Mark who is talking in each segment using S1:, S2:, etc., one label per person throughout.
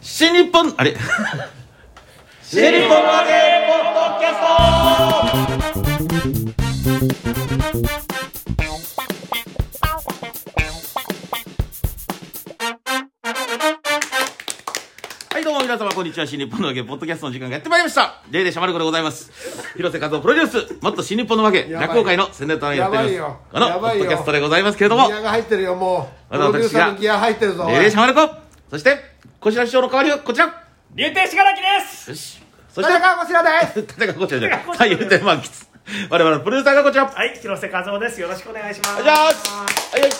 S1: 新日本あれ新日本までポッドキャストはいどうも皆様こんにちは新日本のわけポッドキャストの時間がやってまいりましたレイでしゃまる子でございます広瀬和夫プロデュースもっと新日本のわけ
S2: やばい
S1: 落語会の宣伝となりやっており
S2: やばい
S1: ま
S2: よ
S1: すこの
S2: や
S1: ポ
S2: ばい
S1: ッ
S2: よ
S1: ドキャストでございますけれども
S2: ギアが入ってるよもう
S1: あ
S2: プ
S1: の
S2: ロデューサー
S1: 私が
S2: にギア入ってるぞ
S1: レイでしゃまる子そしてこちら師匠の代わりはこちら
S3: 竜亭しがらきです
S1: よしそ
S2: 田
S1: して
S2: 中こちらです
S1: 立川こちらじゃない
S3: 立川こち
S1: は
S3: ら
S1: い言うて満喫我々のプロデューサーがこちらお
S3: はい、広瀬和夫ですよろしくお願いします
S1: 願いしますはいはい
S3: いや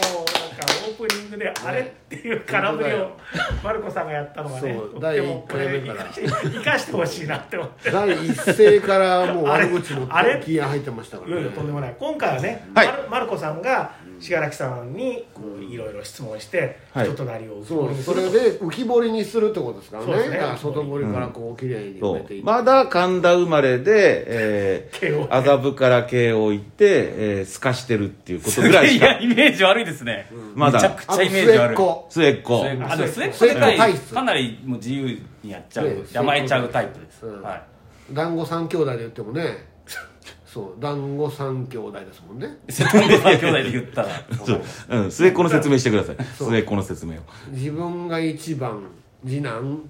S3: ーもうなんかオープニングであれっていう空振りをマルコさんがやったのがね
S2: そう
S3: とっても
S2: 第一回目
S3: こ
S2: か
S3: れ
S2: ら
S3: 生かしてほしいなって思って
S2: 第一声からもう悪口 の
S3: あれ
S2: ギア入ってましたか
S3: い
S2: ら
S3: ろい
S2: ね
S3: ろとんでもない今回はね、
S1: はい
S3: マルマルコさんがしがらきさんにこういろいろ質問して
S1: はい
S3: 人となりを浮き
S2: そ
S3: 彫り
S2: うそれ
S3: にすると
S2: で浮き彫りにするってことですから
S3: そうです
S2: ね
S3: ね
S2: だから外堀からこう綺麗に埋めていって
S1: まだ神田生まれで、え
S3: 慶応
S1: ー、麻布から慶応行って、えー、すかしてるっていうことぐらいし
S4: いや
S1: か
S4: イメージ悪いですね、
S1: まだ
S4: めちゃくち
S2: あ
S4: ゃ
S2: と
S4: イメージ
S2: 末
S4: 悪
S2: っ
S4: い
S2: 子
S1: 末っ子
S4: 末っ子あでも末っ子
S2: 末っ
S4: で
S2: 子
S4: か
S2: 体
S4: い
S2: 質
S4: かなりもう自由にやっちゃ
S2: ね
S4: う甘えちゃうタイプです、
S2: うん
S4: は
S2: 団子三兄弟で言ってもねそう団子三兄弟ですもんね
S4: い瀬戸内さん兄弟で言ったら
S1: そう、うん、末っ子の説明してく ださい末っ子の説明を
S2: 自分が一番次男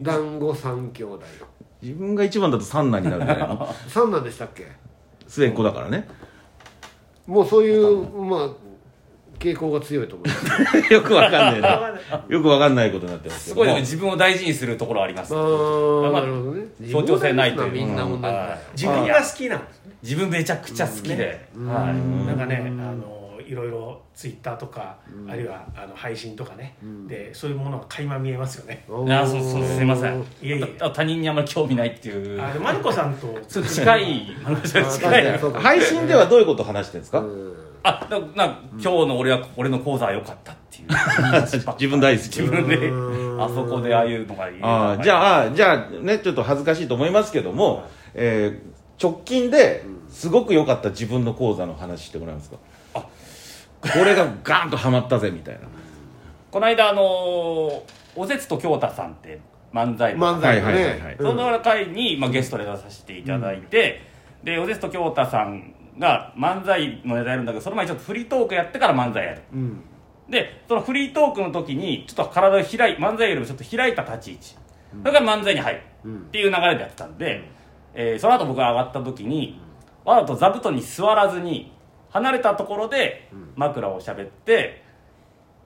S2: 団子三兄弟
S1: 自分が一番だと三男になるんじゃない の
S2: 三男でしたっけ
S1: 末っ子だからね
S2: もうそういうまあ傾向が強いと思います
S1: よくわかん ないなよくわかんないことになってますけど
S4: すごいで
S1: も
S4: も自分を大事にするところあります
S2: あー
S4: まあ
S2: なるほどね
S4: 協調性ないという
S2: みんな同じだ
S4: は
S3: 自分が好きなんですね
S4: 自分めちゃくちゃ好きで、
S3: はい
S4: は
S3: なんかねあのいろいろツイッターとか、あるいはあの配信とかね、でそういうものが垣間見えますよね、
S2: お
S4: い
S2: ー
S4: なあそうそうすいません
S3: いえいえ
S4: あ他人にあんまり興味ないっていう
S3: あでマルコさんと
S4: そう近い話は近
S2: あ確かに
S4: い
S2: そうか
S1: 配信ではどういうことを話してるんですか、
S4: あななんか今日の俺は俺の講座は良かったっていう
S1: 自分大好き
S4: 自分であそこでああいうのがいい
S1: ああじゃあじゃあねちょっと恥ずかしいと思いますけども、えー直近ですごく良かった自分の講座の話してもらえますか、これがガーンとハマったぜみたいな
S4: この間あのおせつと京太さんって漫才の
S2: 漫才の
S1: はいはいはいはい
S2: ね
S4: その回に、まあ、ゲストで出させていただいて、でおせつと京太さんが漫才のネタやるんだけどその前にちょっとフリートークやってから漫才やる
S2: うん
S4: でそのフリートークの時にちょっと体を開い漫才よりもちょっと開いた立ち位置それから漫才に入るっていう流れでやってたんで、えーその後僕が上がった時にわざと座布団に座らずに離れたところで枕を喋って、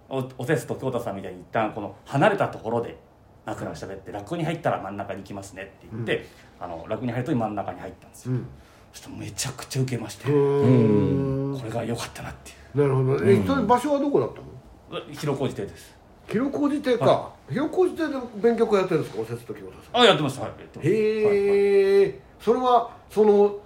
S4: おおせすと京太さんみたいに一旦この離れたところで枕を喋って落語に入ったら真ん中に行きますねって言って、あの落語に入ると真ん中に入ったんですよ、
S2: うん
S4: そしたらめちゃくちゃ受けまして、
S2: うーん
S4: これが良かったなっていう
S2: なるほどえそれ場所はどこだったの
S4: 広小路亭です
S2: 広小路亭か広小路亭で勉強会やってるんですかおせつと京太さん
S4: あやってましたはいやってました
S2: へえそれはその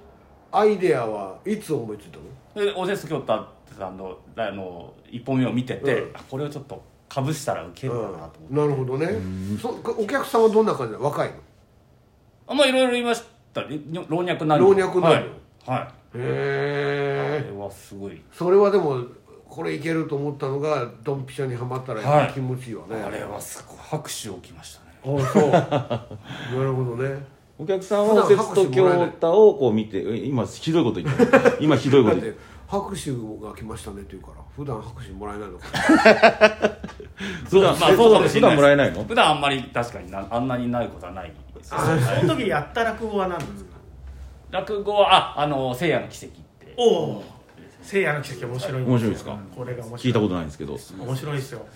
S2: アイデアはいつ思いついたの
S4: でオセス京太さんのあの一本目を見てて、
S2: うん
S4: あこれをちょっとかぶしたらウケるかなと思って、
S2: うんなるほどねそお客さんはどんな感じなの若いの
S4: あまあいろいろ言いましたねに老若男
S2: 老若男女
S4: はい、は
S2: へ
S4: い、
S2: え
S4: これはすごい
S2: それはでもこれいけると思ったのがドンピシャにはまった
S4: は
S2: ら
S4: い
S2: 気持ちいいわね、
S4: あれはすごい拍手起きましたね
S2: あそ うなるほどね
S1: お客さんはおせつと京太をこう見てえ今ひどいこと言ってる今ひどいこ
S2: だ
S1: と
S2: っ
S1: 言ってて
S2: 拍手が来ましたねって言うから普段拍手もらえないのかな
S1: 普段,、
S4: まあ そうかもしれない
S1: 普段もらえないの
S4: 普段あんまり確かになあんなにないことはないですよ
S3: あその時やった落語は何ですか、
S4: 落語はああの「聖夜の奇跡」って
S3: おお聖夜の奇跡面白いんよ
S1: 面白いですか
S3: これが面白い
S1: 聞いたことないんですけど
S3: 面白いですよ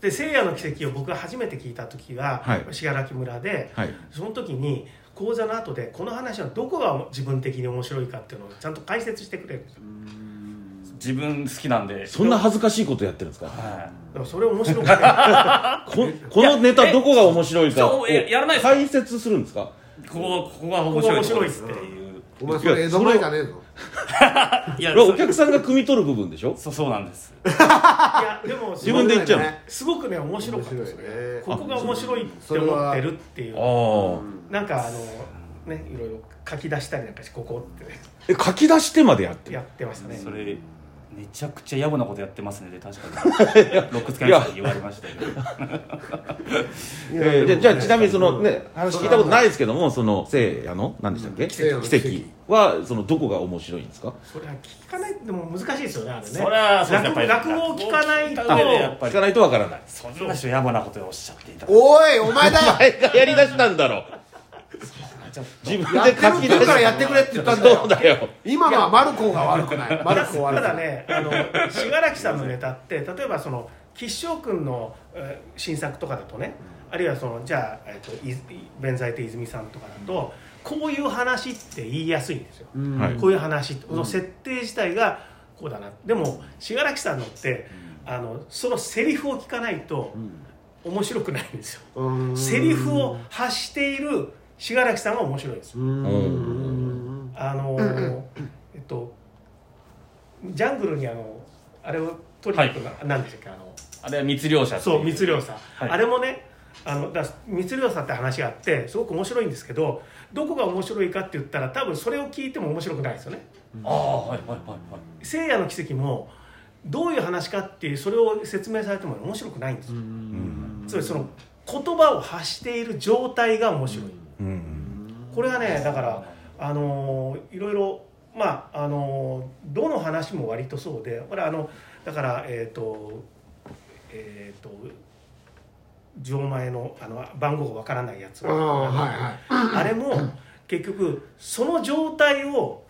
S3: で聖夜の奇跡を僕が初めて聞いた時は
S1: はい
S3: 信楽、村で、
S1: はい
S3: その時に講座の後でこの話のどこが自分的に面白いかっていうのをちゃんと解説してくれるんですよ
S4: 自分好きなんで
S1: そんな恥ずかしいことやってるんですか
S4: は
S3: でもそれ面白 くて
S1: ここのネタどこが面白いかを
S4: いやえそうえやらないですか
S1: 解説するんですか
S4: いここここが面白いとこですっていう
S2: お前それ江戸前じゃねえぞ
S4: いや
S1: お客さんが汲み取る部分でしょ
S4: そうそうなんです
S3: いやでも
S1: 自分で言っちゃうの
S2: 面
S3: すごくね面白かったですね
S2: 面白いね
S3: ここが面白いって思ってるっていう
S1: ああ
S3: なんかあのねいろいろ書き出したりなんかしてここってね
S1: え書き出してまでやってる
S3: やってましたね
S4: それめちゃくちゃ野暮なことやってますねで確 かにロックつけの人に言われましたけど
S1: えーじゃあじゃあちなみにそのね話聞いたことないですけどもその聖夜の何でしたっけ
S2: ん聖夜の
S1: 奇跡
S2: 奇
S1: はそのどこが面白いんですか
S3: それは聞かないでも難しいですよねあれね
S4: それはそうで
S3: 落
S4: す
S3: 語
S4: やっぱ
S3: 落
S4: り
S3: 語を聞かないと
S4: 落語を聞か上でやっぱ
S1: 聞
S4: り
S1: かないとわからない
S4: そんな人野暮なことをおっしゃっていただい
S2: おいお 前だ
S1: あれがやりだしたんだろう
S4: てちょっ
S1: 自分
S2: や
S1: で
S2: ってる
S1: 書
S2: っ
S1: き
S2: て
S1: 出
S2: 言
S1: し
S2: うから
S1: た
S2: やってくれって言ったんだ
S1: そう
S2: よ
S1: だよ
S2: 今のはマルコが悪くないマ
S3: た
S2: ル
S3: だ
S2: コ悪く
S3: ただ
S2: ない
S3: ねあの信楽さんのネタって例えばその吉祥君のえー新作とかだとねあるいはそのじゃあ、えっとい弁財天泉さんとかだと、こういう話って言いやすいんですよ、
S2: うん
S1: はい
S3: こういう話って、この設定自体がこうだなでも信楽さんのってあのそのセリフを聞かないと面白くないんですよ、
S2: うん
S3: セリフを発している信楽さんが面白いです
S2: うん
S3: あのえっとジャングルにあのあれを取りに行くの、なんでしたっけあの
S4: とあれは密漁者ってい
S3: そう密漁さ、
S4: はい
S3: あれもねあのだ密漁さって話があってすごく面白いんですけどどこが面白いかって言ったら多分それを聞いても面白くないですよね
S4: ああはいはいはいはい
S3: 聖夜の奇跡もどういう話かっていうそれを説明されても面白くないんですよ、つまりその言葉を発している状態が面白い、
S1: うん
S3: これがねだからあのーいろいろまああのーどの話も割とそうでこれあのだからえっ、とえっ、と錠前のあの番号がわからないやつ
S2: ああはいはい
S3: あれも結局その状態を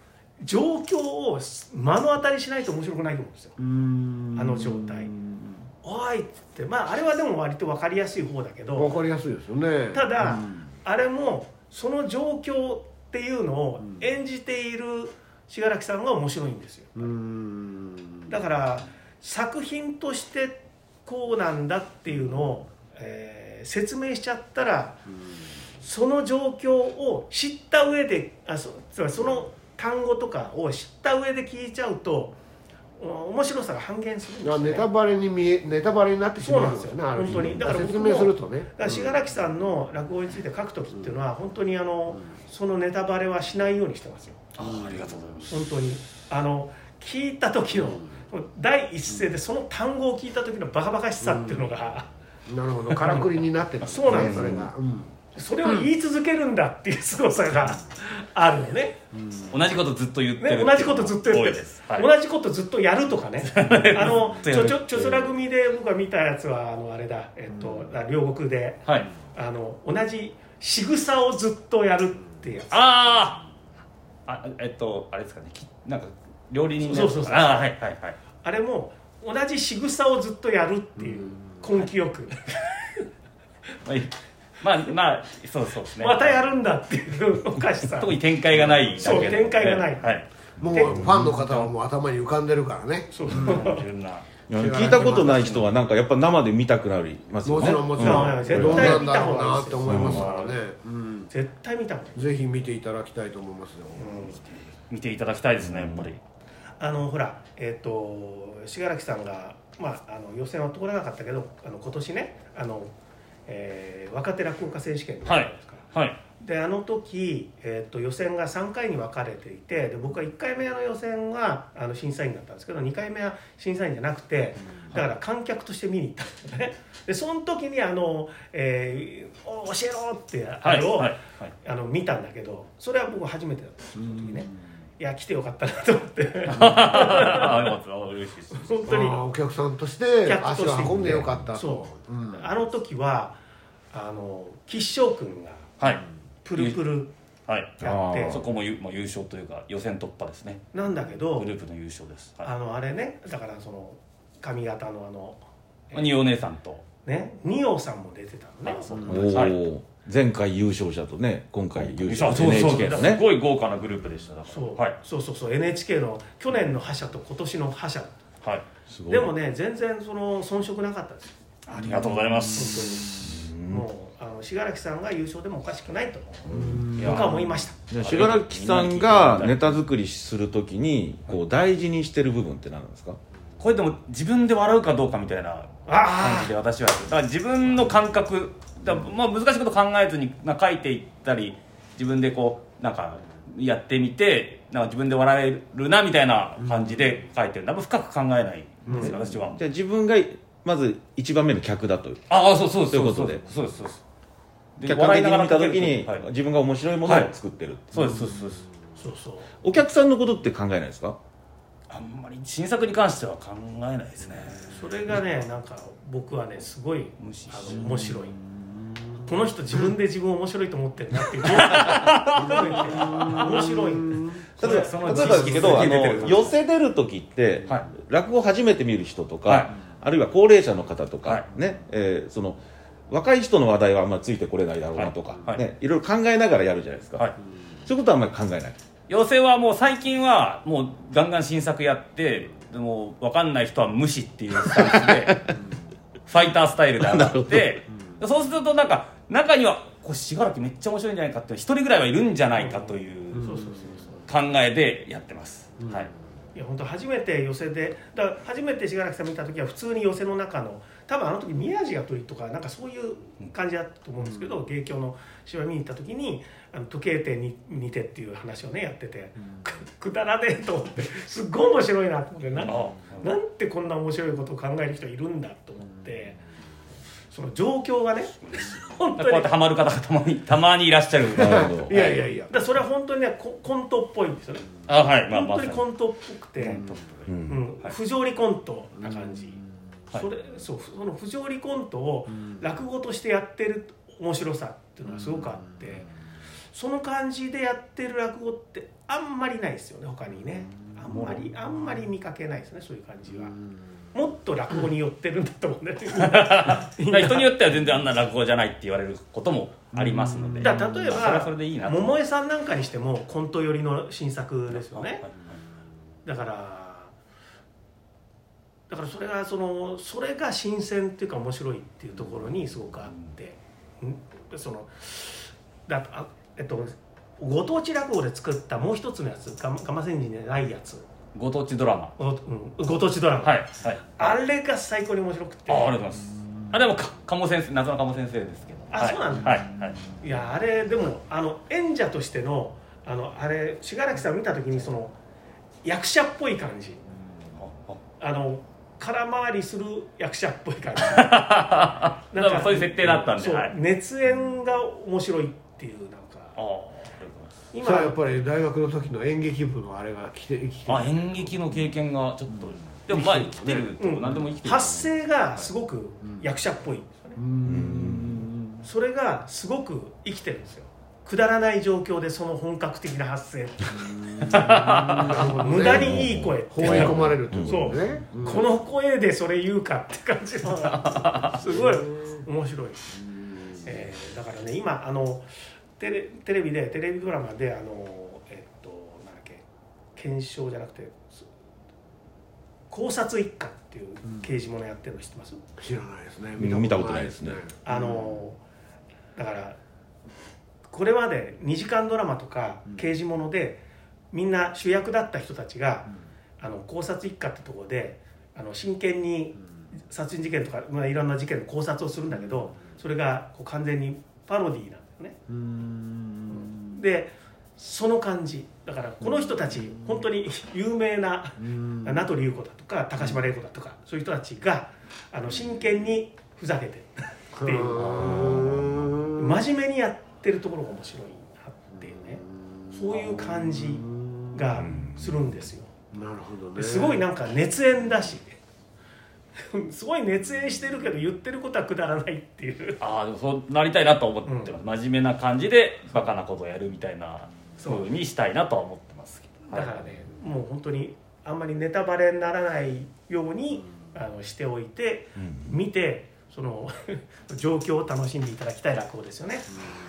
S3: 状況を目の当たりしないと面白くないと思うんですよ。
S2: あ
S3: あの状態おいっつってまああれはでも割と分かりやすい方だけど
S2: わかりやすいですよね
S3: ただ、
S2: うん
S3: あれもその状況っていうのを演じている信楽さんが面白いんですよ
S2: うん
S3: だから作品としてこうなんだっていうのを、えー説明しちゃったらその状況を知った上であそつまりその単語とかを知った上で聞いちゃうとお面白さが半減するんです
S2: だから
S3: よ
S2: ネタバレ
S3: ね
S2: に見えネタバレになってしまうんですよね
S3: そうなんですよ
S2: ある意
S3: 本当
S2: 味
S3: にだから僕
S2: 説
S3: も
S2: 明するとね
S3: だから信楽さんの落語について書く時っていうのは本当にあのそのネタバレはしないようにしてますよ
S4: ああありがとうございます
S3: 本当にあの聞いた時の第一声でその単語を聞いた時のバカバカしさっていうのが、
S2: なるほどからくりになってた
S3: そうなんです
S2: それがうん
S3: それを言い続けるんだっていう凄さがあるのね,、
S4: 同じことずっと言ってる
S3: ね同じことずっとやって
S4: 多い
S3: る
S4: です、はい、
S3: 同じことずっとやると かねあの
S4: ず
S3: ち
S4: っとや
S3: ょ
S4: る
S3: ちょちょそら組で僕が見たやつはあのあれだ、えっと両国で
S4: はい
S3: あの同じ仕草をずっとやるっていうやつ
S4: あーあえっとあれですかねきなんか料理人の
S3: そうそうそう
S4: ああはいはいはい
S3: あれも同じ仕草をずっとやるっていう根気よく。
S4: まあいいまあまあそうそうですね
S3: またやるんだっていうおかし さ
S4: 特に展開がないだけ
S3: そう展開がない
S4: はい
S2: もうファンの方はもう頭に浮かんでるからね
S3: そう
S4: いろんない
S1: や聞いたことない人はなんかやっぱ生で見たくなりますよ
S2: も
S1: ね
S2: ちろんもちろん、
S3: うん
S2: どうなんだろうなって思いますからね、うん
S3: 絶対見た方がいい
S2: ぜひ見ていただきたいと思いますよ、
S4: 見ていただきたいですねやっぱり
S3: あのほらえっ、と信楽さんが、まあ、あの予選は通らなかったけどあの今年ねあの、えー若手落語家選手権
S4: はい
S3: やったじゃないですか
S4: はい
S3: であの時、えっと予選が3回に分かれていてで僕は1回目の予選はあの審査員だったんですけど2回目は審査員じゃなくてだから観客として見に行ったんですよねでその時にあの、えーお教えろ」ってあ
S4: はい
S3: れを、
S4: はい はい
S3: あの見たんだけどそれは僕初めてだったんですその時ねいや来てよかったなと思って
S4: ああよかった嬉しいです
S3: 本当
S2: あ
S3: に
S2: あお客さんとして
S3: 客とし
S2: 足
S3: て
S2: を運んでよかったと
S3: そう、
S2: うん
S3: あの時はあの吉祥君が
S4: はい
S3: プルプル
S4: はい
S3: やっ
S1: あ
S3: て
S4: そこもゆもう優勝というか予選突破ですね
S3: なんだけど
S4: グループの優勝ですはい
S3: あのあれねだからその髪型のあの
S4: まあニオ姉さんと
S3: ね二葉さんも出てたのね
S4: あそう
S1: おお、
S4: はい
S1: 前回優勝者とね今回優
S4: そう
S1: 勝
S4: そ
S1: 者
S4: うそう
S1: NHK の
S4: す
S1: ね
S4: ごい豪華なグループでしただから
S3: そう、
S4: はい
S3: そうそうそう NHK の去年の覇者と今年の覇者
S4: はい
S1: すごい
S3: でもね全然その遜色なかったです
S4: ありがとうございます
S3: 本当にもうあの信楽さんが優勝でもおかしくないと
S4: いや
S3: 僕は思いました
S1: じゃあ信楽さんがネタ作りするときにこう大事にしてる部分って何なんですか
S4: これでも自分で笑うかどうかみたいな感
S3: あ
S4: じで私はだから自分の感覚だまあ難しいこと考えずにな書いていったり自分でこうなんかやってみてなんか自分で笑えるなみたいな感じで書いてるんであんま深く考えないんですよ、私は
S1: じゃあ自分がまず1番目の客だという
S4: ああそうそう
S1: と
S4: そ
S1: いうう
S4: そ
S1: こと
S4: うそう
S1: で
S4: そうですそうですで
S1: 客観的に見た
S4: 笑い
S1: 時
S4: な
S1: に
S4: がら書けるはい
S1: 自分が面白いものを作ってる、
S4: そうですそうですそうです
S3: そうそう
S1: お客さんのことって考えないですか
S4: あんまり新作に関しては考えないですね
S3: それがねなんか僕はねすごい
S4: 無視し
S3: あの面白いこの人自分で自分を面白いと思ってるな っていう面白い
S1: 例えば
S4: その
S1: 例えばですけどあ
S4: 知識出てる
S1: の寄せ出る時って、
S4: はい
S1: 落語初めて見る人とか、
S4: はい
S1: あるいは高齢者の方とか、
S4: はい
S1: ねえーその若い人の話題はあんまりついてこれないだろうなとか、
S4: はいはい
S1: ね、いろいろ考えながらやるじゃないですか、
S4: はい
S1: そういうことはあんまり考えない
S4: 妖精はもう最近はもうガンガン新作やってでも分かんない人は無視っていうスタンスでファイタースタイルで上がってそうするとなんか中にはこれ信楽めっちゃ面白いんじゃないかって一人ぐらいはいるんじゃないかという
S3: そうそうそうそう
S4: 考えでやってます、はい
S3: いや本当初めて寄せでだから初めて信楽さん見た時は普通に寄せの中の多分あの時宮地が鳥とかなんかそういう感じだったと思うんですけど芸協の芝居見に行った時にあの時計店に似てっていう話をねやってて、くくだらねえと思ってすっごい面白いなと思ってなん
S4: あ
S3: なんてこんな面白いことを考える人いるんだと思ってその状況がね 本
S4: こ
S3: 当
S4: うや
S3: に
S4: ってハマる方がたまにたまにいらっしゃる
S1: なるほど
S2: いやいやいや
S3: だからそれは本当にねココントっぽいんですよね、
S4: あはいまあま
S3: 本
S4: あ
S3: 当にコントっぽくて。
S1: う
S3: うんん、不条理コントな感じ、
S4: はい
S3: それそうその不条理コントを落語としてやってる面白さっていうのがすごくあって、その感じでやってる落語ってあんまりないですよね他にねあんまりあんまり見かけないですねそういう感じは、もっと落語に寄ってるんだと思うね
S4: だから人によっては全然あんな落語じゃないって言われることもありますので
S3: だから例えば
S4: それはそれでいいなと
S3: 桃江さんなんかにしてもコント寄りの新作ですよね、
S4: はい
S3: だからだからそれがそのそれが新鮮っていうか面白いっていうところにすごくあって、んそのだとあえっとご当地落語で作ったもう一つのやつガマガマセンジンじゃないやつ
S4: ご当地ドラマ
S3: ご,、うん、ご当地ドラマ、
S4: はいはい
S3: あれが最高に面白くて
S4: あありがとうございますあでもか鴨先生謎の鴨先生ですけど
S3: あ
S4: はい
S3: そうなんだ
S4: はいはい
S3: いやあれでもあの演者としてのあのあれ信楽さん見た時にその役者っぽい感じ
S4: あ
S3: あの空回りする役者っぽい感 じ
S4: あでもそういう設定だったんで
S3: そう
S4: はい
S3: 熱演が面白いっていうなん
S4: あ
S3: か
S4: ありがとうございます
S3: 今
S2: それはやっぱり大学の時の演劇部のあれが来て生きて
S4: あ演劇の経験がちょっとでもまあ生きてると
S3: うん
S4: 何でも生きてる
S3: 発声がすごく役者っぽいんですよね、
S2: うーん
S3: それがすごく生きてるんですよくだらない状況でその本格的な発声無駄にいい声っ
S2: 放
S3: て
S2: り
S3: い
S2: 込
S3: うか
S2: まれるってことね
S3: こ
S2: うん
S3: の声でそれ言うかって感じ のすごい面白い、えーだからね今あのテレテレビでテレビドラマであのえっとなんだっけ検証じゃなくてす考察一家っていう刑事ものやってるの知ってます、
S2: 知らないですね
S1: 見たことないですね
S3: あのだからこれまで2時間ドラマとか刑事もので、みんな主役だった人たちが、あの考察一家ってところであの真剣に殺人事件とか、まあ、いろんな事件の考察をするんだけどそれがこう完全にパロディーなんだよね。
S2: うーん
S3: でその感じだからこの人たち、本当に有名な
S2: うーん
S3: 名取裕子だとか高島玲子だとかそういう人たちがあの真剣にふざけて
S2: う
S3: っていう
S2: ーん
S3: 真面目にやってるところが面白いなっていうねそういう感じがするんですよ
S2: なるほどね
S3: ですごいなんか熱演だし すごい熱演してるけど言ってることはくだらないっていう
S4: ああでもそうなりたいなと思ってます真面目な感じでバカなことをやるみたいなふ
S3: そう
S4: うにしたいなとは思ってますけど
S3: だからねもう本当にあんまりネタバレにならないようにあのしておいて見てその 状況を楽しんでいただきたい落語ですよね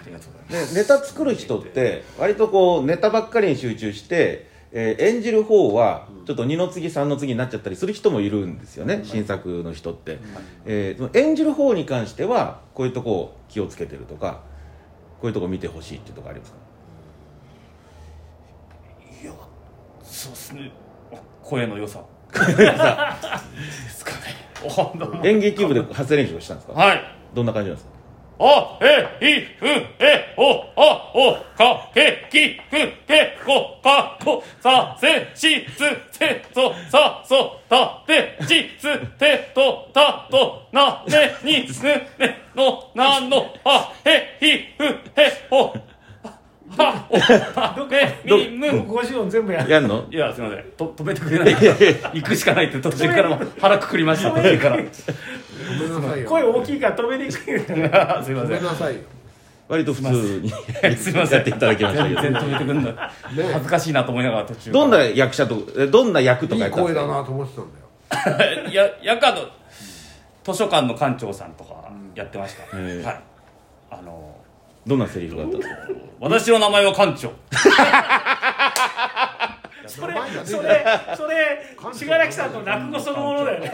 S4: ありがとうございます
S1: でネタ作る人って割とこうネタばっかりに集中して、えー演じる方はちょっと二の次三の次になっちゃったりする人もいるんですよね、新作の人って、えーその演じる方に関してはこういうとこを気をつけてるとかこういうとこ見てほしいっていうとこありますか
S4: いやそうですね声の 良さですかねおどうも
S1: 演劇部で発声練習をしたんですか
S4: はい
S1: どんな感じなんですか
S4: あえいうえおあおかけきくけこかこさせしつてとさそたてちつてとたとなねにすねのなのあえいうえおはおためみむ
S3: 50音全部やる
S1: やんの
S4: いやすいませんと止めてくれない行くしかないって途中からも腹くくりました途中 から
S2: ごめんなさいよ
S3: 声大きいから止めにくいね
S4: あすい
S2: ご
S4: ませ
S2: めん
S4: ん
S2: なさいよ
S1: 割と普通に
S4: すいません
S1: やっていただきましたけど
S4: 全然止めてくんだ
S2: ね
S4: 恥ずかしいなと思いながら途中
S1: どんな役者とえどんな役とか
S2: い
S1: や
S2: い
S1: ったんで
S2: 声
S1: すか
S2: だなと思ってたんだよ
S4: な ややかの図書館の館長さんとかやってました、
S1: へえ
S4: はいあの
S1: どんなセリフがあったんですか
S4: 私の名前は館長
S3: それそれそれ信楽さんの落語そのものだよね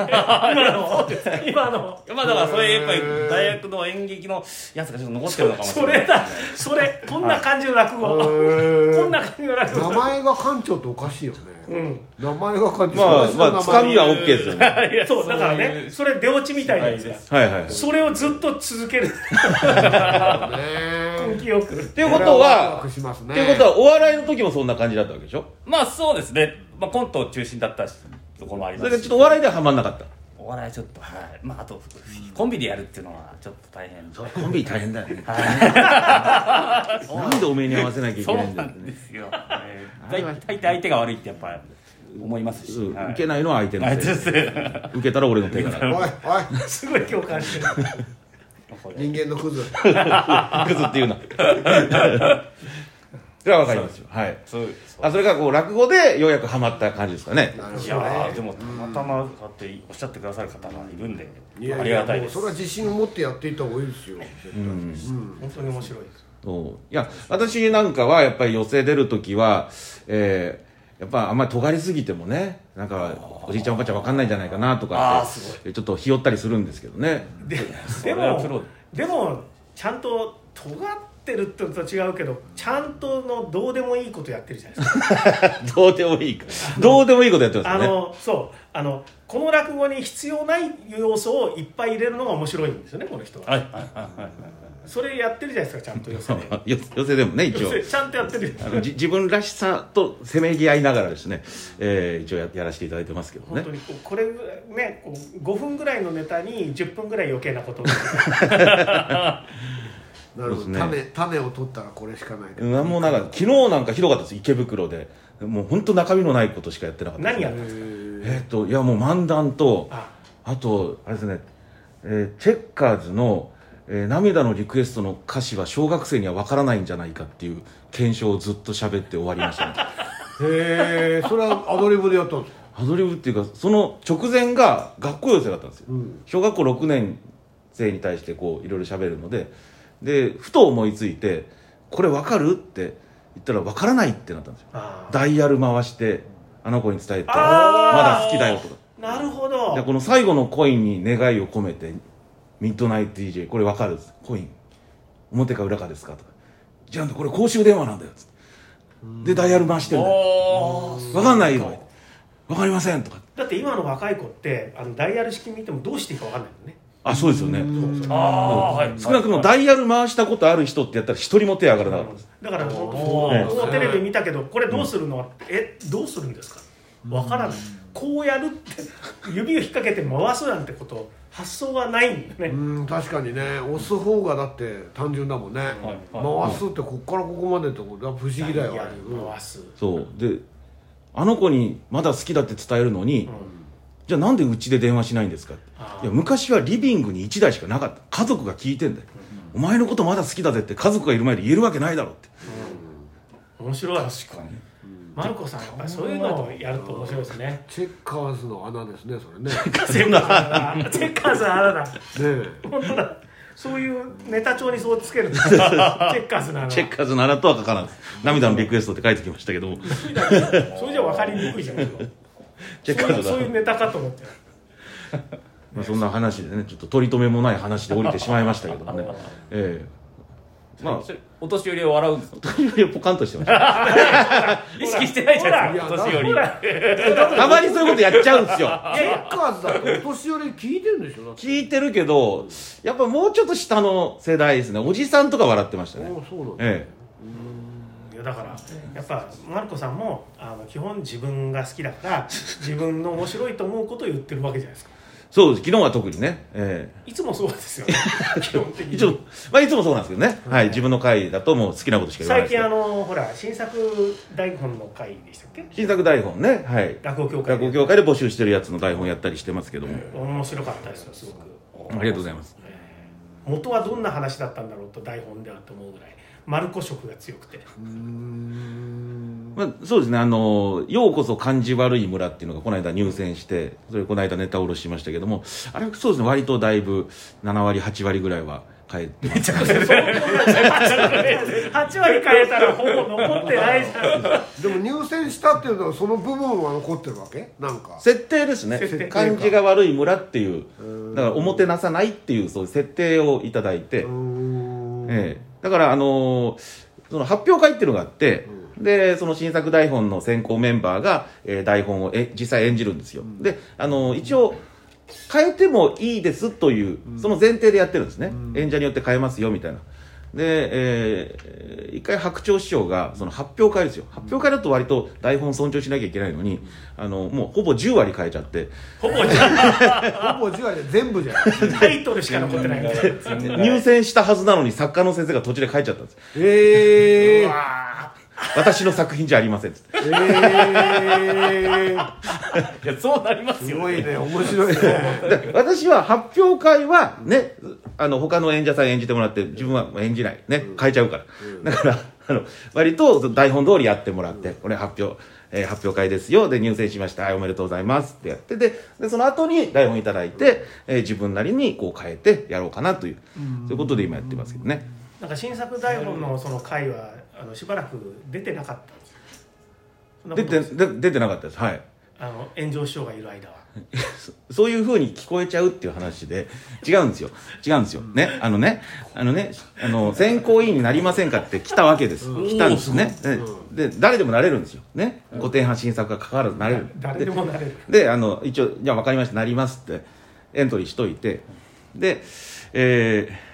S3: 今の今の
S4: まあだからそれやっぱり大学の演劇のやつがちょっと残ってるのかもし
S3: そ
S4: れない
S3: れだそれこんな感じの落語こんな感じの落
S2: 名
S3: 語
S2: 前が館長っておかしいよね、
S3: うん
S2: 名前が館
S1: ま
S2: 長
S1: あ
S2: 私の名前
S1: まあつかみは OK ですよね
S4: いや
S3: そうだからねそれ出落ちみたいなやつだ
S1: はいはいはい
S3: それをずっと続ける根
S2: ね
S3: 気よく
S1: っていうことは
S2: ワクワクしますね
S1: っていうことはお笑いの時もそんな感じだったわけでしょ
S4: まあそうですね、まあ、コント中心だったしところもあり
S1: そ
S4: ま
S1: れがち
S4: す
S1: ょっ
S4: し
S1: とお笑いではハマんなかった
S4: お笑いちょっとはいまああとコンビでやるっていうのはちょっと大変
S1: コンビ大変だよ ねなんでおめえに合わせなきゃい
S4: そ
S1: けな
S4: う
S1: いん
S4: な
S1: だよ
S4: んですよ、えー、大大体相手が悪いってやっぱ思いますし、
S1: うん
S4: はい
S1: 受けないのは相手の
S4: あ
S1: せ
S4: い
S1: い
S4: つですね
S1: 受けたら俺の手柄
S2: おい
S3: すごい共感してる
S2: おい人間のク ズ
S1: クズっていうな それはわかりますよはい
S4: そう
S1: あそれがこう落語でようやくハマった感じですかね
S2: なる
S4: いやー
S2: ほ
S4: で
S2: どね
S4: もたまたまだっておっしゃってくださる方がいるんで
S2: いや
S4: ありがたいで
S2: も
S4: す
S2: うそれは自信を持ってやっていった方がいいですよ絶対うん
S3: 本当に面白いです
S1: そういや私なんかはやっぱり寄席出る時は、えーやっぱあんまり尖りすぎてもねなんかおじいちゃんおばあちゃんわかんないんじゃないかなと
S4: あ
S1: かっ
S4: ーす
S1: てちょっとひよったりするんですけどね
S3: で
S4: れ
S3: で
S4: はプロ
S3: もでもちゃんと尖ってるってのと違うけどちゃんとのどうでもいいことやってるじゃないですか
S1: どうでもいいかどうでもいいことやってます
S3: あ
S1: よね
S3: のそうあのこの落語に必要ない要素をいっぱい入れるのが面白いんですよねこの人は、
S4: はいはいはいはい
S3: それやってるじゃないですかちゃんと寄せで
S1: よ寄せでもね一
S3: 寄
S1: 応
S3: せちゃんとやってる
S1: あのじ自分らしさとせめぎ合いながらですね、えー一応ややらせていただいてますけど
S3: 本
S1: ね
S3: 当にこうこれぐらいねこう5分ぐらいのネタに10分ぐらい余計なことを
S2: なるほ
S1: そう
S2: ど
S1: ですね
S2: 種種を取ったらこれしかないから
S1: 何もなんか昨日なんかひどかったです池袋でもう本当中身のないことしかやってなかったです
S3: 何やっ
S2: へ
S3: たんですか
S2: ー
S1: えっ、といやもう漫談と
S3: あ
S1: あとあれですね、えーチェッカーズの、えー涙のリクエスト」の歌詞は小学生にはわからないんじゃないかっていう検証をずっと喋って終わりました、ね、
S2: へえそれはアドリブでやったんですか
S1: アドリブっていうかその直前が学校寄せだったんですよ、
S2: うん
S1: 小学校6年生に対してこういろいろ喋るのででふと思いついて「これわかる?」って言ったら「わからない」ってなったんですよ
S3: あ
S1: ダイヤル回してあの子に伝えて「ま
S3: あ
S1: だ
S3: ー
S1: 好きだよ」とか
S3: なるほ
S1: で
S3: ど
S1: この最後のコインに願いを込めて「ミッドナイト DJ これわかる?」コイン表か裏かですか?」とか「じゃあこれ公衆電話なんだよ」つってでダイヤル回してるんだよ
S4: おー
S1: わかんないよ」わかりません」とか
S3: だって今の若い子ってあのダイヤル式見てもどうしていいかわかんないのね
S1: あそうですよね
S4: あーはい
S1: 少なくともダイヤル回したことある人ってやったら一人も手上がらなかったです
S3: だから本当
S4: お
S1: ー
S3: このテレビ見たけどこれどうするの、えどうするんですかわからないこうやるって指を引っ掛けて回すなんてこと発想がないんだ
S2: う
S3: ね
S2: ん確かにね押す方がだって単純だもんね、
S4: はい
S2: 回すってこっからここまでってことは不思議だよ
S3: ダイ
S2: あ
S3: ヤ
S2: れ
S3: ル
S2: うん
S3: 回す、
S1: そうであの子にまだ好きだって伝えるのに、じゃあなんでうちで電話しないんですかって
S3: あー
S1: いや昔はリビングに1台しかなかった家族が聞いてんだよ、お前のことまだ好きだぜって家族がいる前で言えるわけないだろうって
S3: 面白い
S4: 確かに
S3: マルコさんやっぱりそういうのをやると面白いですね
S2: チェッカーズの穴ですねそれね
S3: ゼッカーさんゼッカーさんあらだ
S2: ねえ
S3: 本当だそういうネタ帳にそうつけるんだチェッカーズなの
S1: チェッカーズならとは書かないです涙のリクエストって書いてきましたけども
S3: それじゃ分かりにくいじゃんそう
S1: チェッカーズ
S3: そう
S1: だ
S3: いうネタかと思って
S1: まあ、そんな話でねちょっと取り留めもない話で降りてしまいましたけどもねええまあ
S4: それお年寄りを笑うんですか
S1: 年寄りをポカンとしてました
S4: 意識してないじゃないです
S2: ほ
S4: から年寄り
S2: ほ
S1: たまにそういうことやっちゃうんですよ
S2: サッカーズだってお年寄り聞いてるんでしょだって
S1: 聞いてるけどやっぱもうちょっと下の世代ですねおじさんとか笑ってましたね
S2: おうそうなんだ、
S1: え
S3: いやだからやっぱマルコさんもあの基本自分が好きだから自分の面白いと思うことを言ってるわけじゃないですか
S1: えそうです昨日は特にねええ
S3: いつもそうです よね基本的
S1: いつも
S3: に
S1: まあいつもそうなんですけどねはい自分の回だともう好きなことしか言わない
S3: 最
S1: ですけ
S3: 近あ
S1: ど
S3: のほら新作台本の回でしたっけ
S1: 新作台本ねはい
S3: 落語協会
S1: 学校協会で募集してるやつの台本やったりしてますけども
S3: 面白かったですよすごく
S1: ありがとうございます
S3: 元はどんな話だったんだろうと台本ではと思うぐらいマルコ色が強 くて
S1: まあ、そうですねあの「ようこそ感じ悪い村」っていうのがこの間入選してそれこの間ネタ下ろしましたけどもあれはそうですね割とだいぶ7割8割ぐらいは変えてます
S3: 8割変えたらほぼ残ってないじ ゃん
S2: でも入選したっていうのはその部分は残ってるわけなんか
S1: 設定です
S3: 設定
S1: ね感じが悪い村っていうだからおもてなさないっていうそういう設定をいただいて
S2: うー、ん
S1: ええ、だからあのーその発表会っていうのがあって、でその新作台本の選考メンバーが、えー台本をえ実際演じるんですよ、であのー一応変えてもいいですという、その前提でやってるんですね、演者によって変えますよみたいなで、えーえー一回白鳥師匠がその発表会ですよ発表会だと割と台本尊重しなきゃいけないのに、あのもうほぼ10割変えちゃって
S3: ほぼじゃん
S2: ほぼ10割で全部じゃん
S3: タイトルしか残ってないから
S1: 入選したはずなのに作家の先生が途中で変えちゃったんです
S2: ええ
S3: う
S2: ー、
S3: わ
S1: 私の作品じゃありませんっつって
S2: ええー、
S4: いやそうなります
S2: す
S4: よ
S2: ごいね面白いね
S1: で私は発表会はねあの他の演者さん演じてもらって自分は演じないね変えちゃうから、だからあの割とその台本通りやってもらって、これ発表、えー発表会ですよで入選しましたはいおめでとうございますってやってででその後に台本いただいて、えー自分なりにこう変えてやろうかなという、そういうことで今やってますけどね、
S3: ーなんか新作台本のその回はあのしばらく出てなかったんですよそんなこ
S1: 出
S3: と
S1: てで出てなかったですはい
S3: あの炎上師匠がいる 間は
S1: そういう風に聞こえちゃうっていう話で、違うんですよ。違うんですよ。ね。あのね、あのね、あの、選考委員になりませんかって来たわけです。来たんですね。で、で誰でもなれるんですよ。ね。古典派新作がかかわらずなれる。
S3: 誰でもなれる
S1: で、あの、一応、じゃあ分かりました、なりますって、エントリーしといて、で、えー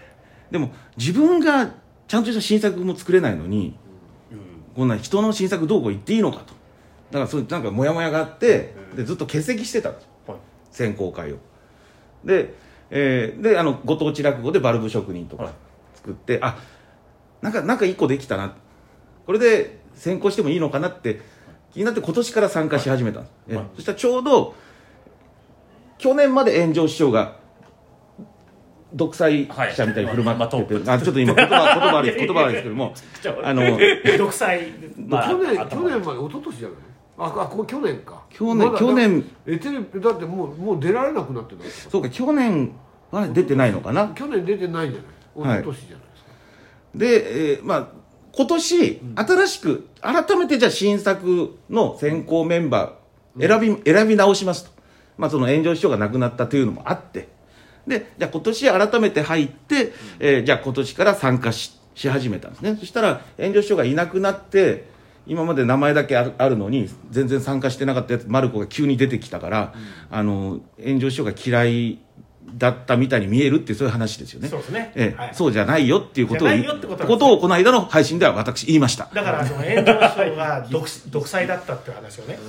S1: でも、自分がちゃんとした新作も作れないのに、こんな人の新作どうこう言っていいのかと。だから、そういう、なんか、モヤモヤがあって、で、ずっと欠席してたんですよ
S4: はい
S1: 選考会を。で、えーで、あの、ご当地落語でバルブ職人とか作って、あ、なんか、なんか一個できたな。これで先行してもいいのかなって気になって今年から参加し始めたんです、え
S4: はい
S1: そしたらちょうど去年まで炎上師匠が独裁者みたいに振る舞ってて、
S4: はい
S1: あちょっと今言葉言葉ある言葉あるんですけど もあの
S3: 独裁
S4: まあ
S2: 去年去年
S4: 頭
S2: まで一昨年じゃないああこ去年か
S1: 去年
S2: まだ
S1: 去年
S2: えテレビだってもうもう出られなくなってたんですか
S1: そうか去年は出てないのかな
S2: 去年出てないんじゃな
S1: はいい
S2: 一昨年じゃないですか、
S1: で、えーまあ今年新しく改めてじゃあ新作の選考メンバー選び選び直しますと、まあ、その炎上師匠が亡くなったというのもあってでじゃあ今年改めて入って、えーじゃあ今年から参加しし始めたんですねそしたら炎上師匠がいなくなって今まで名前だけあるあるのに全然参加してなかったやつマルコが急に出てきたから、あの炎上師匠が嫌いだったみたいに見えるってそういう話ですよね。
S3: そうですね
S1: ええ
S3: はい
S1: そうじゃないよっていうことを
S3: じゃな
S1: 言
S3: いよってことなんですね
S1: ことをこの間の配信では私言いました
S3: だからあの炎上師匠 が独独裁だったっていう話をね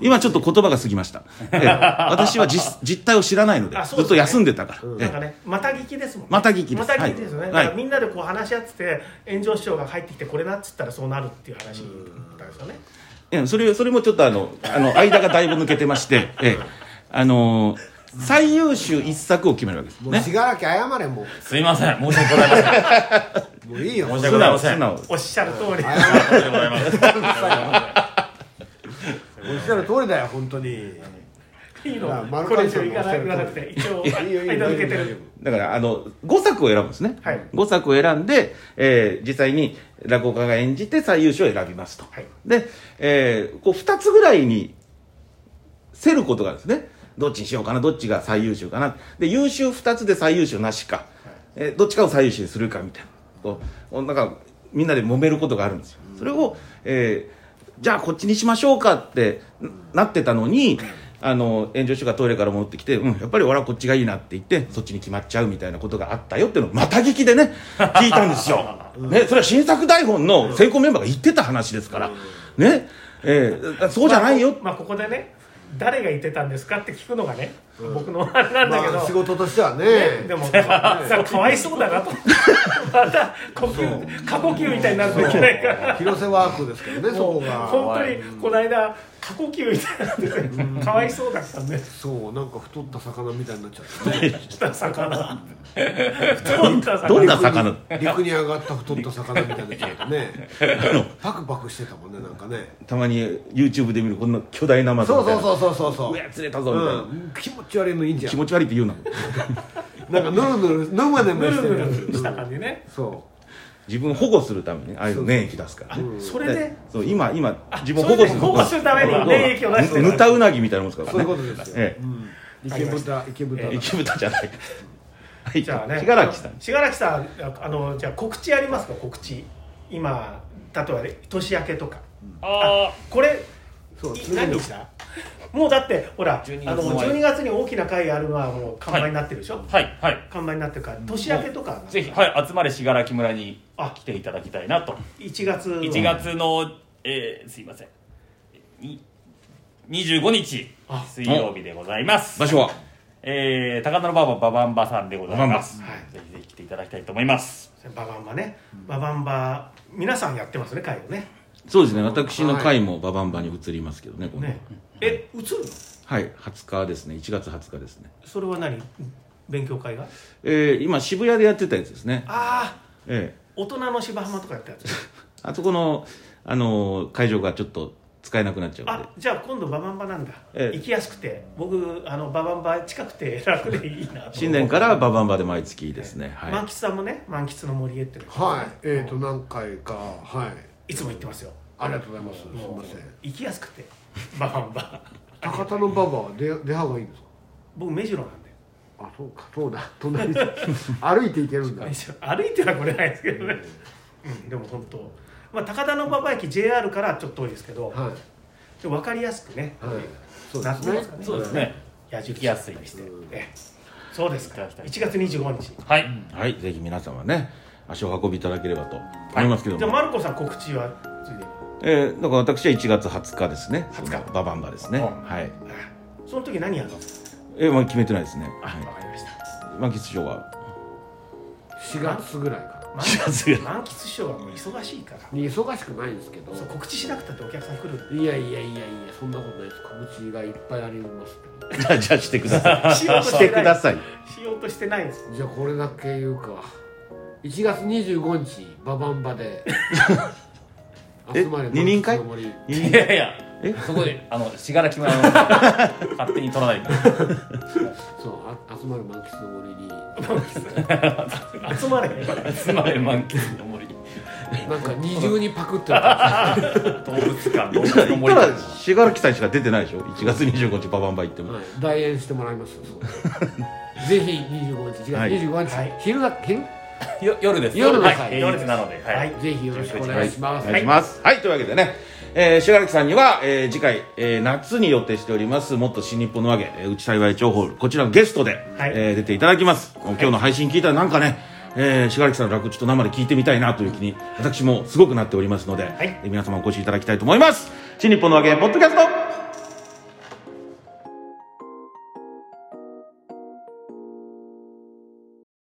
S1: 今ちょっと言葉が過ぎま した、ええ私は実実態を知らないので
S3: あそう
S1: ず
S3: で
S1: っ
S3: すね
S1: と休んでたから、
S3: なんか
S1: え
S3: ね、また聞きですもんね。
S1: また聞きです
S3: また聞きですよ
S1: は
S3: ね。
S1: い
S3: だか
S1: は
S3: ら
S1: い
S3: みんなでこう話し合ってて、炎上師匠が入ってきてこれなっつったらそうなるっていう話だったんですよね。
S1: えええそれそれもちょっとあのあの間がだいぶ抜けてまして、ええあのー最優秀一作を決めるわけです
S2: もう
S1: ね
S2: 信楽謝れも
S4: すいません申し訳ございません
S2: うもういいよ
S4: 申し訳
S1: 素
S4: ござい
S1: 直
S4: ませ
S1: 素
S4: ん申し
S1: 直
S3: おっしゃる通り。
S2: 謝
S4: 訳ございません
S2: れおっしゃる通りだよ本当に
S3: いい
S2: まあ
S3: の。
S2: 丸
S3: こ
S2: 川
S3: れ以
S2: さ
S3: 上
S2: ん
S3: い
S2: のおっ
S3: か
S2: しゃ
S3: な
S2: る通
S3: く
S2: り
S3: なくて、一応
S2: いいよいいよ
S3: 間抜けて
S2: 大丈
S3: る。
S1: だからあの5作を選ぶんですね、
S3: はい
S1: 5作を選んで、えー実際に落語家が演じて最優秀を選びますと、
S3: はい
S1: で、えーこう2つぐらいに競ることがあるんですねどっちにしようかなどっちが最優秀かなで優秀2つで最優秀なしか、えーどっちかを最優秀にするかみたいなとなんかみんなで揉めることがあるんですよそれを、えーじゃあこっちにしましょうかってなってたのにあの炎上主がトイレから戻ってきて、うん、やっぱり俺はこっちがいいなって言ってそっちに決まっちゃうみたいなことがあったよっていうのをまた聞きでね聞いたんですよ、ね、それは新作台本の成功メンバーが言ってた話ですから、ねえーそうじゃないよ
S3: まあ、ここでね誰が言ってたんですかって聞くのがね、僕のあれなんだけど、
S2: まあ、仕事としてはね
S3: で も、 さかわいそうだなとまた呼吸過呼吸みたいになるといけないから
S2: 広瀬ワークですけどねそこが
S3: 本当にこの間過呼吸みたいになっててかわいそうだったんで
S2: そうなんか太った魚みたいになっちゃってね
S3: 来た魚太った魚
S1: どんな魚
S2: 陸に上がった太った魚みたいになっちゃってねパクパクしてたもんねなんかね
S1: たまに YouTube で見るこんな巨大なマザ
S2: そ
S1: み
S2: う
S1: たい
S2: そ
S1: な
S2: うそうそうそうそう
S1: や釣れたぞみたいな、
S2: うん、気持ち悪いのいいんじゃ
S1: 気
S2: ん
S1: 持ち悪いって言うな
S2: なんかぬるぬる飲までも
S3: ぬ
S2: して
S3: る
S2: る
S3: ぬるした感じね、
S2: そ
S1: 自分を保護するためにねああいう粘液出すから、
S3: それで
S1: そう今今自分を保護する
S3: それで保護するために粘液を出してる
S1: ぬぬたうなぎみたいなもんです
S2: う
S1: か
S2: そう
S1: ら
S2: いう
S1: ね
S2: ことですよ、
S1: え
S2: うん、池豚池豚だ、
S1: え池豚じゃないはい
S3: じゃあね
S1: 信楽さん
S3: 信楽さんあのじゃあ告知ありますか告知今例えばね年明けとか
S4: あ
S3: これ
S2: そう
S3: い
S2: 次の
S3: 何したもうだってほら
S4: 12
S3: あの
S4: 月の終わり
S3: 12月に大きな会あるのはもう看板になってるでしょ、
S4: あはいはい
S3: 看板になってるから年明けとか
S4: ぜひ、はい、集まれ信楽村に
S3: あ
S4: 来ていただきたいなと
S3: 1月は
S4: 1月の、えーすいませんに25日
S3: あ
S4: 水曜日でございます
S1: 場所は
S4: えー、高田のバーバババンバさんでございます
S3: ババンバ
S4: ぜひぜひ来ていただきたいと思います
S3: ババンバねババンバ皆さんやってますね会をね
S1: そうですね私の回もババンバに移りますけどね今度
S3: ねえ映るの
S1: はい20日ですね1月20日ですね
S3: それは何勉強会が
S1: えー、今渋谷でやってたやつですね
S3: ああ
S1: ええ
S3: 大人の芝浜とかやったや つ
S1: あそこの、あのー会場がちょっと使えなくなっちゃうんで
S3: あじゃあ今度ババンバなんだ、
S1: ええ
S3: 行きやすくて僕あのババンバ近くて楽でいいなと
S1: 新年からババンバで毎月ですね、はい
S3: 満喫さんもね満喫の森へってのが
S2: はいえっ、ー、と何回かはい
S3: いつも行ってますよ
S2: ありがとうございますすい
S3: も
S2: ま
S3: う
S2: せん
S3: 行きやすくて ババンバ
S2: 高田の馬場は出出幅がいいんですか
S3: 僕目白なんで
S2: あそうかそうだ隣 で歩いて行けるんだ
S3: 目白歩いてはこれないですけどね、うん、でも本当まあ高田馬場駅 JR からちょっと遠いですけど、
S2: はい
S3: で分かりやすくね、
S2: はいそう
S3: なってま
S2: です
S3: すかね
S2: ね
S4: そうですね
S3: 矢印
S4: 行きやすいです
S3: して、ええそうですか
S4: 行って
S3: 1
S4: らっし
S3: 月25日
S4: はい、
S1: はい、ぜひ皆様ね足を運びいただければと思いますけど
S3: じ
S1: も、
S3: ゃあマルコさん告知はついでに
S1: えーだから私は1月20日ですね
S3: 20日
S1: ババンバですね、
S4: うん
S1: はい
S3: その時何やるの
S1: えーまあ決めてないですね
S3: あ、
S1: はい
S3: わかりました
S1: 満喫賞は
S2: 4月ぐらいか
S3: 満
S1: 4月ぐら
S3: 喫満喫師匠はもう忙しいから
S2: なに忙しくないんですけど
S3: そう告知しなくたってお客さん来る
S2: いやいやいやいやそんなことないです告知がいっぱいありますけ
S1: いじゃあじゃあしてください
S3: しようと
S1: し
S3: してて
S1: く
S3: ない
S1: ださい
S3: しようとしてないんです
S2: どじゃあこれだけ言うか1月25日ババンバ で
S1: え
S2: 集まれ
S1: 二人会
S2: 満喫の森
S4: いやいや
S1: え
S4: そこであの信楽 村の勝手に取らないと
S2: そうあ集まる満喫の森に
S3: 集まれ
S4: つまり満喫の 森
S2: なんか二重にパクってや
S4: 動物館動物
S1: 行
S4: の
S1: った
S4: 森
S1: ら信楽さんしか出てないでしょ1月25日ババンバ行って
S2: つ、
S1: も、
S2: はい、代演してもらいますそうぜひ25日
S1: はい
S2: 1月25日、
S3: はい
S2: 昼だ昼
S4: よ夜です
S2: 夜です
S4: はい、
S2: はい
S4: 平日なのではい、
S3: はい
S2: ぜひよろしくお願いします、
S1: お願いしますはい、というわけでねえー、しがらきさんには、えー次回、えー夏に予定しておりますもっと新日本のわげ、えー、内幸い情報こちらのゲストで、
S3: はい
S1: えー出ていただきます今日の配信聞いたらなんかね、えー、しがらきさんの落ちと生で聞いてみたいなという気に私もすごくなっておりますので、
S3: い
S1: えー皆様お越しいただきたいと思います新日本のわげポッドキャスト